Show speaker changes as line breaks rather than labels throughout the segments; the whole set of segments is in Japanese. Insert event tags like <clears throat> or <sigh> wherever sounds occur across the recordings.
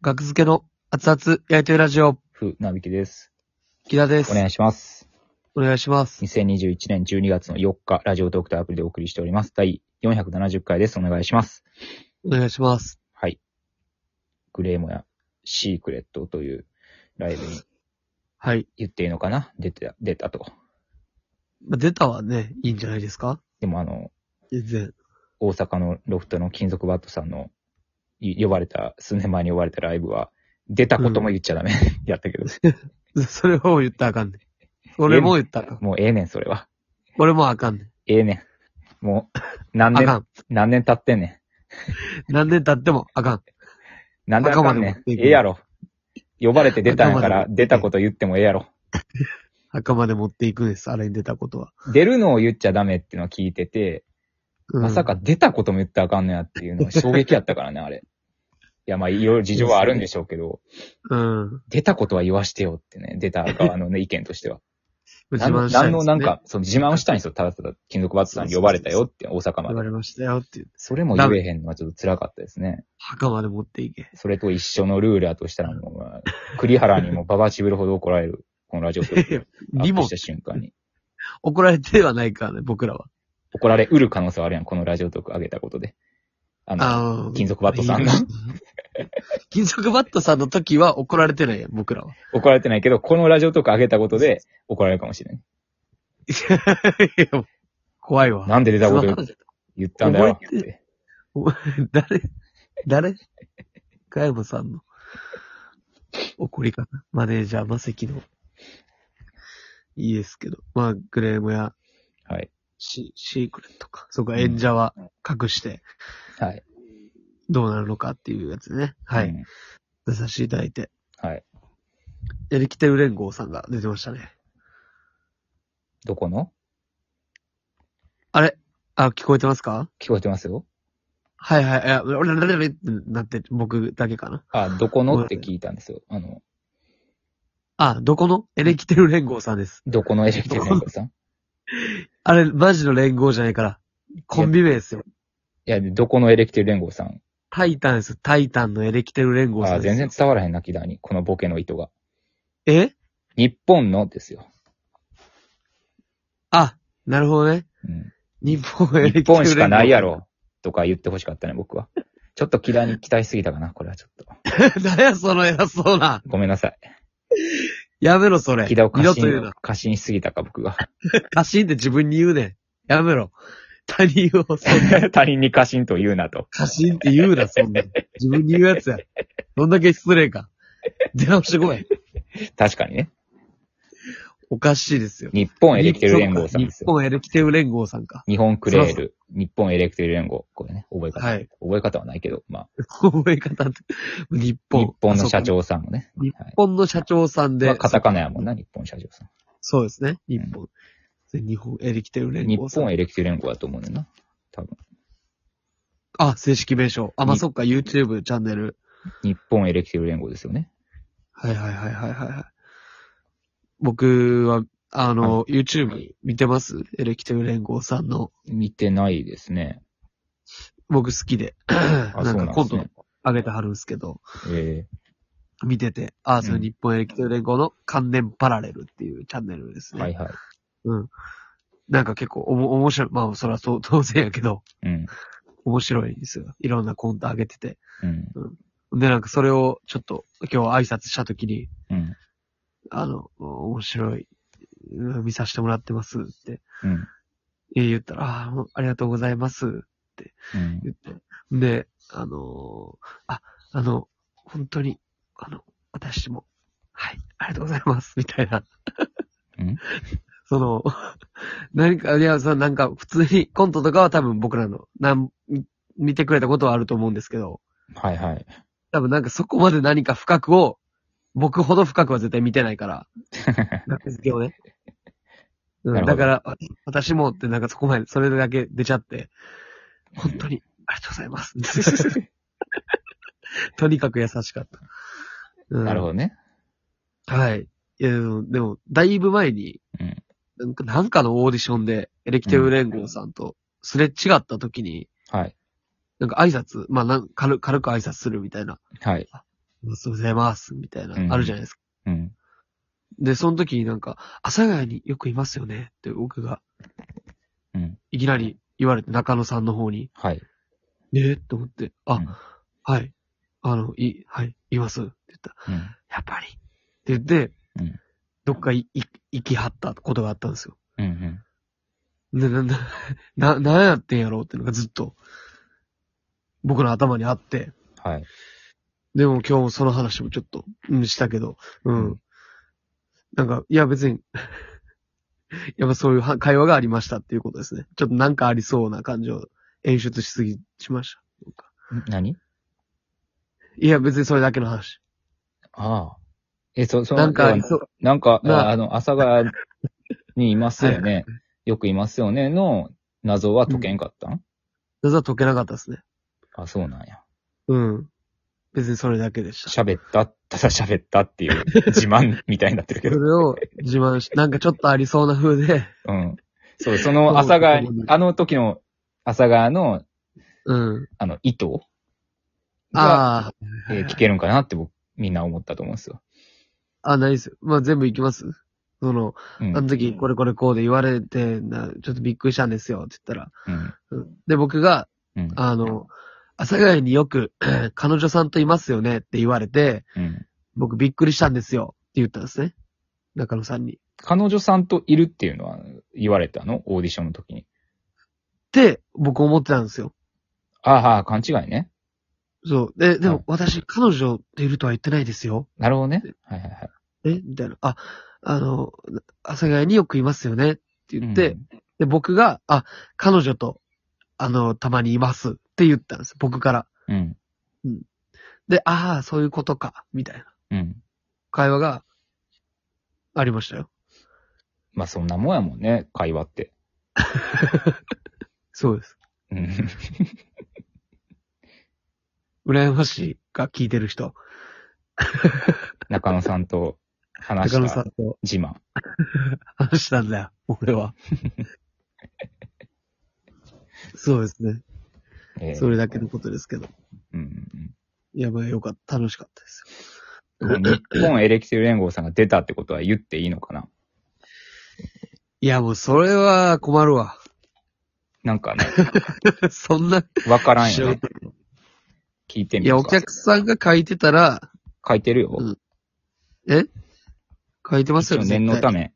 学付けの熱々やりとりラジオ、
ふ、なびきです。
木田です。
お願いします。
お願いします。
2021年12月の4日、ラジオトークというアプリでお送りしております。第470回です。お願いします。
お願いします。
はい。グレーモやシークレットというライブに
はい。
言っていいのかな出て、出たと。
まあ、出たはね、いいんじゃないですか
でもあの、
全然。 <laughs>
大阪のロフトの金属バットさんの、い呼ばれた、数年前に呼ばれたライブは、出たことも言っちゃダメ。 <laughs> やったけど。
それを言ったらあかんねん。俺も言ったらあかん。
もうええねん、それは。
俺もあかんねん。
ええねん。もう、何
あか
年、
ん。
何年経ってんねん。
何年経ってもあかん。
なんであかんね
赤まで持
ん
っ。ていく
ええやろ。呼ばれて出たんやか
赤まで持っ
ら
て、いく
出たこと言ってもええやろ。
墓まで持っていくんです。あれに出たことは。
出るのを言っちゃダメっていうのは聞いてて、
うん
まさか出たことも言ってあかんのやっていうのは衝撃やったからね、
<laughs>
あれ。いや、まあ、いろいろ事情はあるんでしょうけど、
うん。
出たことは言わしてよってね、出た側のね、意見としては。
自
なんの
慢した
ない
で
んの
す、ね。
なんか、その自慢したいんですよ。ただただ、金属バットさんに呼ばれたよって、大阪ま
言
で
わ。れましたよっていう。
それも言えへんのはちょっと辛かったですね。
墓まで持っていけ。
それと一緒のルールだとしたらもうまあ、栗原にもババチブルほど怒られる、このラジオ局で
<laughs>
ア
リ
ップ
ボン
した瞬間に。
怒られてはないからね、僕らは。
怒られうる可能性はあるやん、このラジオトーク上げたことで。あの、
あー
金属バットさんの。
<laughs> 金属バットさんの時は怒られてないやん、僕らは。
怒られてないけど、このラジオトーク上げたことで怒られるかもしれない。
いや怖いわ。
なんで出たこと
そ
言
の話
言ったんだよ
覚
っ
え
て。
誰誰加山さんの怒り方。マネージャー、マセキの。いいですけど。まあ、グレームや
はい。
シシークレットか。そこは演者は隠して
はい。
どうなるのかっていうやつね。は
う
い。
ん
出させていただいて。
はい。
エレキテル連合さんが出てましたね。
どこの
あれあ、聞こえてますか
聞こえてますよ
はいはい。いや、俺、なれってなって、僕だけかな。
あ、どこのって聞いたんですよ。あの、
あ、どこのエレキテル連合さんです。
どこのエレキテル連合さんい
あれ、マジの連合じゃないから。コンビ名ですよ。
や、どこのエレキテル連合さん
タイタンです。タイタンのエレキテル連合さ
あ、
んです。
全然伝わらへんな、木田に。このボケの意図が。
え
日本のですよ。
あ、なるほどね。 <laughs>
うん
日本エレキテル連合。
日本しかないや。ろ。とか言ってほしかったね、僕は。ちょっと
<laughs>
木田に期待しすぎたかな、これはちょっと。
何や、その偉そうな。
ごめんなさい。
やめろ、それ。
木田を過
二度と言う
信
な。、
過信しすぎたか、僕が。
過信って自分に言うねん。やめろ。他人を、そ
<laughs>
んな、
他人に過信と言うなと。
過信って言うな、そんな。自分に言うやつや。どんだけ失礼か。出直してこい。
確かにね。
おかしいですよ。
日本エレキテル連合さんです
日
よ。
本エレキテル連合さんか。
日本クレ
そ
ール。日本エレキテル連合。これね、覚え方。
はい。
覚え方はないけど、まあ、
覚え方って。日本。
日本の社
あ。そうか
長さんもね。
日本の社長さん
まあ
で。
カタカナやもんな、日本社長さん。
そうですね。日本。で日本エレキテル連
日
合さん。
本エレキテル連合だと思うねんな。多分。
あ、正式名称。あ、まあ、
に
そっか、YouTube チャンネル。
日本エレキテル連合ですよね。
はいはいはいはいはいはい。僕は、あの、YouTube 見てますエレキテル連合さんの。
見てないですね。
僕好きで。
あ、
な
そうんな
か
んで
コン
す
ト
ね。
上げてはるんですけど、
え
見てて、あ、それ
うん
日本エレキテル連合の関連パラレルっていうチャンネルです
ー
ね。
はいはい。
うん。なんか結構おも面白い。まあ、そらそう当然やけど、
うん。
面白いんですよ。いろんなコント上げてて。
うん。
で、なんかそれをちょっと今日挨拶した時に、
うん。
あの、面白い。うん見させてもらってますって
うん。
言ったら、ああ、ありがとうございます。
うん。
言って。で、あのーあ、あの、本当に、あの、私も、はい、ありがとうございます、みたいな。
ん
<laughs> その、何か、いや、そのなんか、普通にコントとかは多分僕らの、なん、み見てくれたことはあると思うんですけど、
はいはい。
多分なんかそこまで何か深くを、僕ほど深くは絶対見てないから、学付けをね。う
な
ん、
るほど
だから、わ私もってなんかそこまで、それだけ出ちゃって、本当にありがとうございます。
<laughs>
とにかく優しかった。うん
なるほどね。
はい。いや、でも、でもだいぶ前に、
うん
なんかなんかのオーディションで、エレキテル連合さんとすれ違った時に、
はい。
なんか挨拶、まあなん軽、軽く挨拶するみたいな。
はい。
おはようございます、みたいな、
うん
あるじゃないですか。
うん。
で、その時になんか、阿佐ヶ谷によくいますよねって僕が、
うん。
いきなり言われて中野さんの方に、
はい。
ねえって思って、あ、
うん
はい、あの、い、はい、いますって言ったら、
うん。
やっぱり。って言って、
うん
どっかいい行きはったことがあったんですよ。
うんうん。
な、な、な、 <laughs> な、なんやってんやろうっていうのがずっと、僕の頭にあって、
はい。
でも今日もその話もちょっと、うん、したけど、うん。
うん
なんか、いや別に、 <laughs> やっぱそういうは会話がありましたっていうことですね。ちょっとなんかありそうな感じを演出しすぎ、しました。なんか
ん何
いや別にそれだけの話。
ああ。え、そ、その、
なんかありそう。
なんか、
な
あ <laughs> あの、阿佐ヶ谷にいますよね。よくいますよね。の謎は解けんかったん、
謎は解けなかったですね。
あ、そうなんや。
うん。別 <laughs> にそれだけでした。
喋った、ただ喋ったっていう自慢みたいになってる
そ
け
れ
ど。
を自慢し、 <laughs> なんかちょっとありそうな風で、
<laughs> うん。そう、その阿佐ヶ谷
そうそう、
あの時の阿佐ヶ谷の、
うん。
あの、意図が、
ああ、
えー聞けるんかなって僕、みんな思ったと思うんですよ。
あ、ないですよ。まあ全部いきますその、
うん。
あの時、これこれこうで言われてな、ちょっとびっくりしたんですよ、って言ったら。
う
う
ん。
んで、僕が、
うん。
あの、阿佐ヶ谷によく、 <clears throat> 彼女さんといますよねって言われて、
うん。
僕びっくりしたんですよ、って言ったんですね。中野さんに。
彼女さんといるっていうのは言われたのオーディションの時に。
って、僕思ってたんですよ。
ああ、勘違いね。
そう。で、で
は
も
い、
私、彼女といるとは言ってないですよ。
なるほどね。はいはいはい。
えみたいな。あ、あの、阿佐ヶ谷によくいますよねって言って、
うん
で、僕が、あ、彼女と、あの、たまにいますって言ったんです。僕から。
うん。
で、ああ、そういうことか、みたいな。
うん。
会話がありましたよ。
まあそんなもんやもんね、会話って。
そうです。
<laughs> うん。
羨ましいが聞いてる人。
中野さんと話
中野
し
さ
た
んと
自慢。
話したんだよ、俺
<laughs>
は。そうですね。
えー
それだけのことですけど。
うんうん
いや、まあよかった。楽しかったですよ。
うん。日本エレキテル連合さんが出たってことは言っていいのかない
や、もうそれは困るわ。 <laughs>
なんかね、
そんな、
わからんよ <laughs>
素
ね。聞いてみ
いや、お客さんが書いてたら、
書いてるよ。
うん書いてますよね。
一応念の
絶
た
対
め、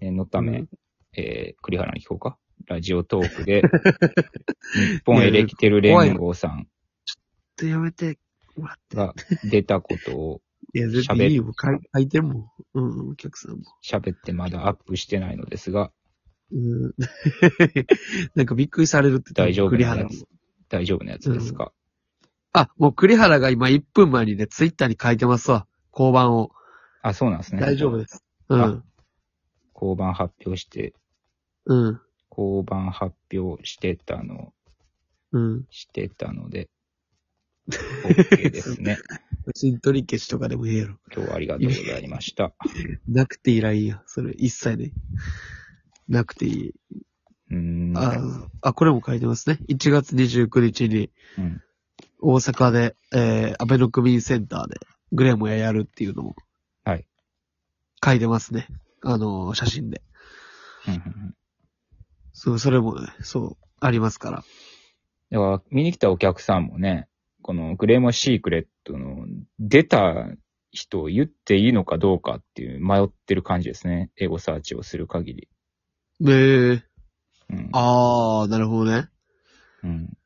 念のため、
うん
えー、栗原に聞こうか。ラジオトーク <laughs> で、日本エレキテル連合さん
ちょっとやめてもらって。
が出たことを
いや、絶対いいよ。書い書いてるもん。うん、お客さんも。
喋ってまだアップしてないのですが、
うん。 <laughs> なんかびっくりされるって言って
大丈夫
栗
な
原
や
も
つ、大丈夫なやつですか、
あ、もう栗原が今1分前にね、ツイッターに書いてますわ。交番を。
あ、そうなんですね。
大丈夫
す。
です。うん。
交番発表して、
うん。
交番発表してたの、
うん。
してたので、OK で
<laughs>
すね。
陣取り消しとかでもいいやろ。
今日はありがとうございました。
なくていいらいいや。それ、一切ね。なくていい。
うーん。
あ、あ、これも書いてますね。1月29日に
うん。
大阪で、えー、安倍の区民センターでグレモヤやるっていうのも
はい。
書いてますね。あのー、写真で。
うんうんうん
そう、それもね、そう、ありますから。
だから、見に来たお客さんもね、このグレーモシークレットの出た人を言っていいのかどうかっていう迷ってる感じですね。エゴサーチをする限り。
ねえ。
うん。
あー、なるほどね。
うん。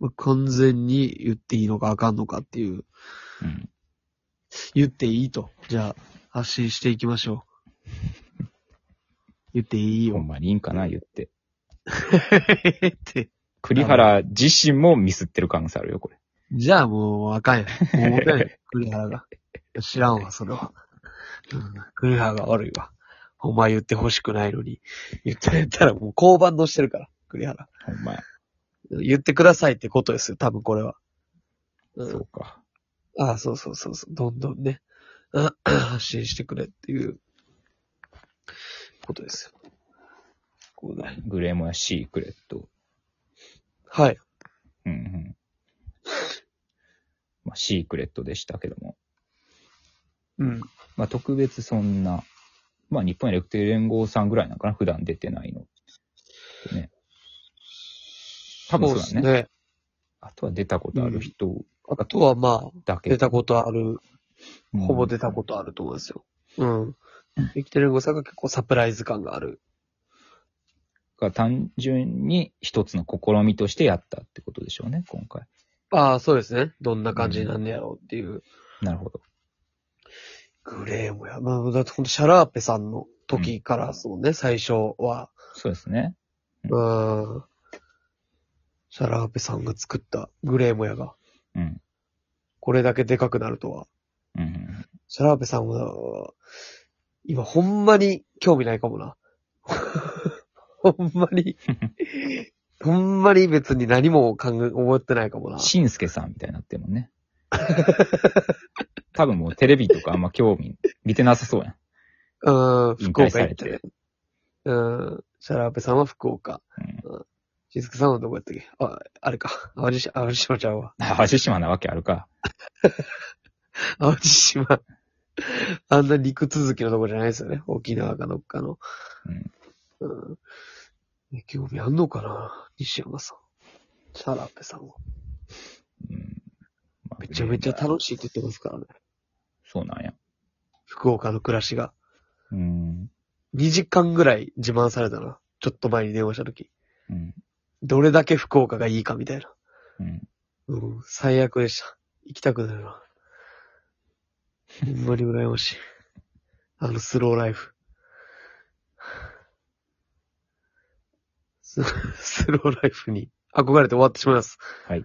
まあ完全に言っていいのかあかんのかっていう、
うん。
言っていいと。じゃあ、発信していきましょ
<laughs>
う。言っていい
ほん
よ。
まにいいんかな、言って。
<laughs> って。
栗原自身もミスってる可能性あるよ、これ。
じゃあもうあかんやん。もう持てない。栗原が。知らんわ、それは。うん、栗原が悪いわ。ほんま言ってほしくないのに。言ってたらもう交番のしてるから、栗原。
ほんまや。
言ってくださいってことですよ、多分これは。うん
そうか。
ああ、そうそうそうそう、どんどんね、 <clears throat> あ発信してくれっていう、ことですよ。こうね
グレーモやシークレット。
はい。
うんうん。まあ、シークレットでしたけども。
うん。
まあ、特別そんな、まあ、日本エレクテル連合さんぐらいなんかな、普段出てないの。ね。多分そうだ
です
ね。
ね。
あとは出たことある人
あとはまあ、
だけ。
出たことある、
うん
ほぼ出たことあると思うんですよ。うん。生きてるごさんが結構サプライズ感がある。
が単純に一つの試みとしてやったってことでしょうね、今回。
ああ、そうですね。どんな感じになんねやろうっていう。
なるほど。
グレーもや、まあ、だってほんとシャラーペさんの時からそうね、最初は。
そうですね。
うん。シャラーペさんが作ったグレーもやが、
うん。
これだけでかくなるとは。
うんうん。
シャラーペさんは、今ほんまに興味ないかもな。 <laughs> ほんま
<laughs>
に、ほんまに別に何も考え、思ってないかもな。
しんすけさんみたいになってるもんね。 <laughs> 多分もうテレビとかあんま興味、見てなさそうやん。
うん、
引
福
退
岡
さ
行
れ
ったね
て。。
うん、シャラーペさんは福岡。
うん。
しずくさんはどこやったっけあ、あれか。淡路島、淡路島ちゃうわ。
淡路島なわけあるか。
淡路島。あんな陸続きのとこじゃないですよね。沖縄かどっかの。
うん。
うん。え興味あんのかな西山さん。シャラーペさんは。
うん。まあ
めちゃめちゃ楽しいって言ってますからね。
そうなんや。
福岡の暮らしが。
うん。
2時間ぐらい自慢されたな。ちょっと前に電話した時。
うん。
どれだけ福岡がいいかみたいな。
うん。
うん、最悪でした。行きたくないな。ほんまに羨ましい。あのスローライフ。 <laughs> ススローライフに憧れて終わってしまいます。
はい。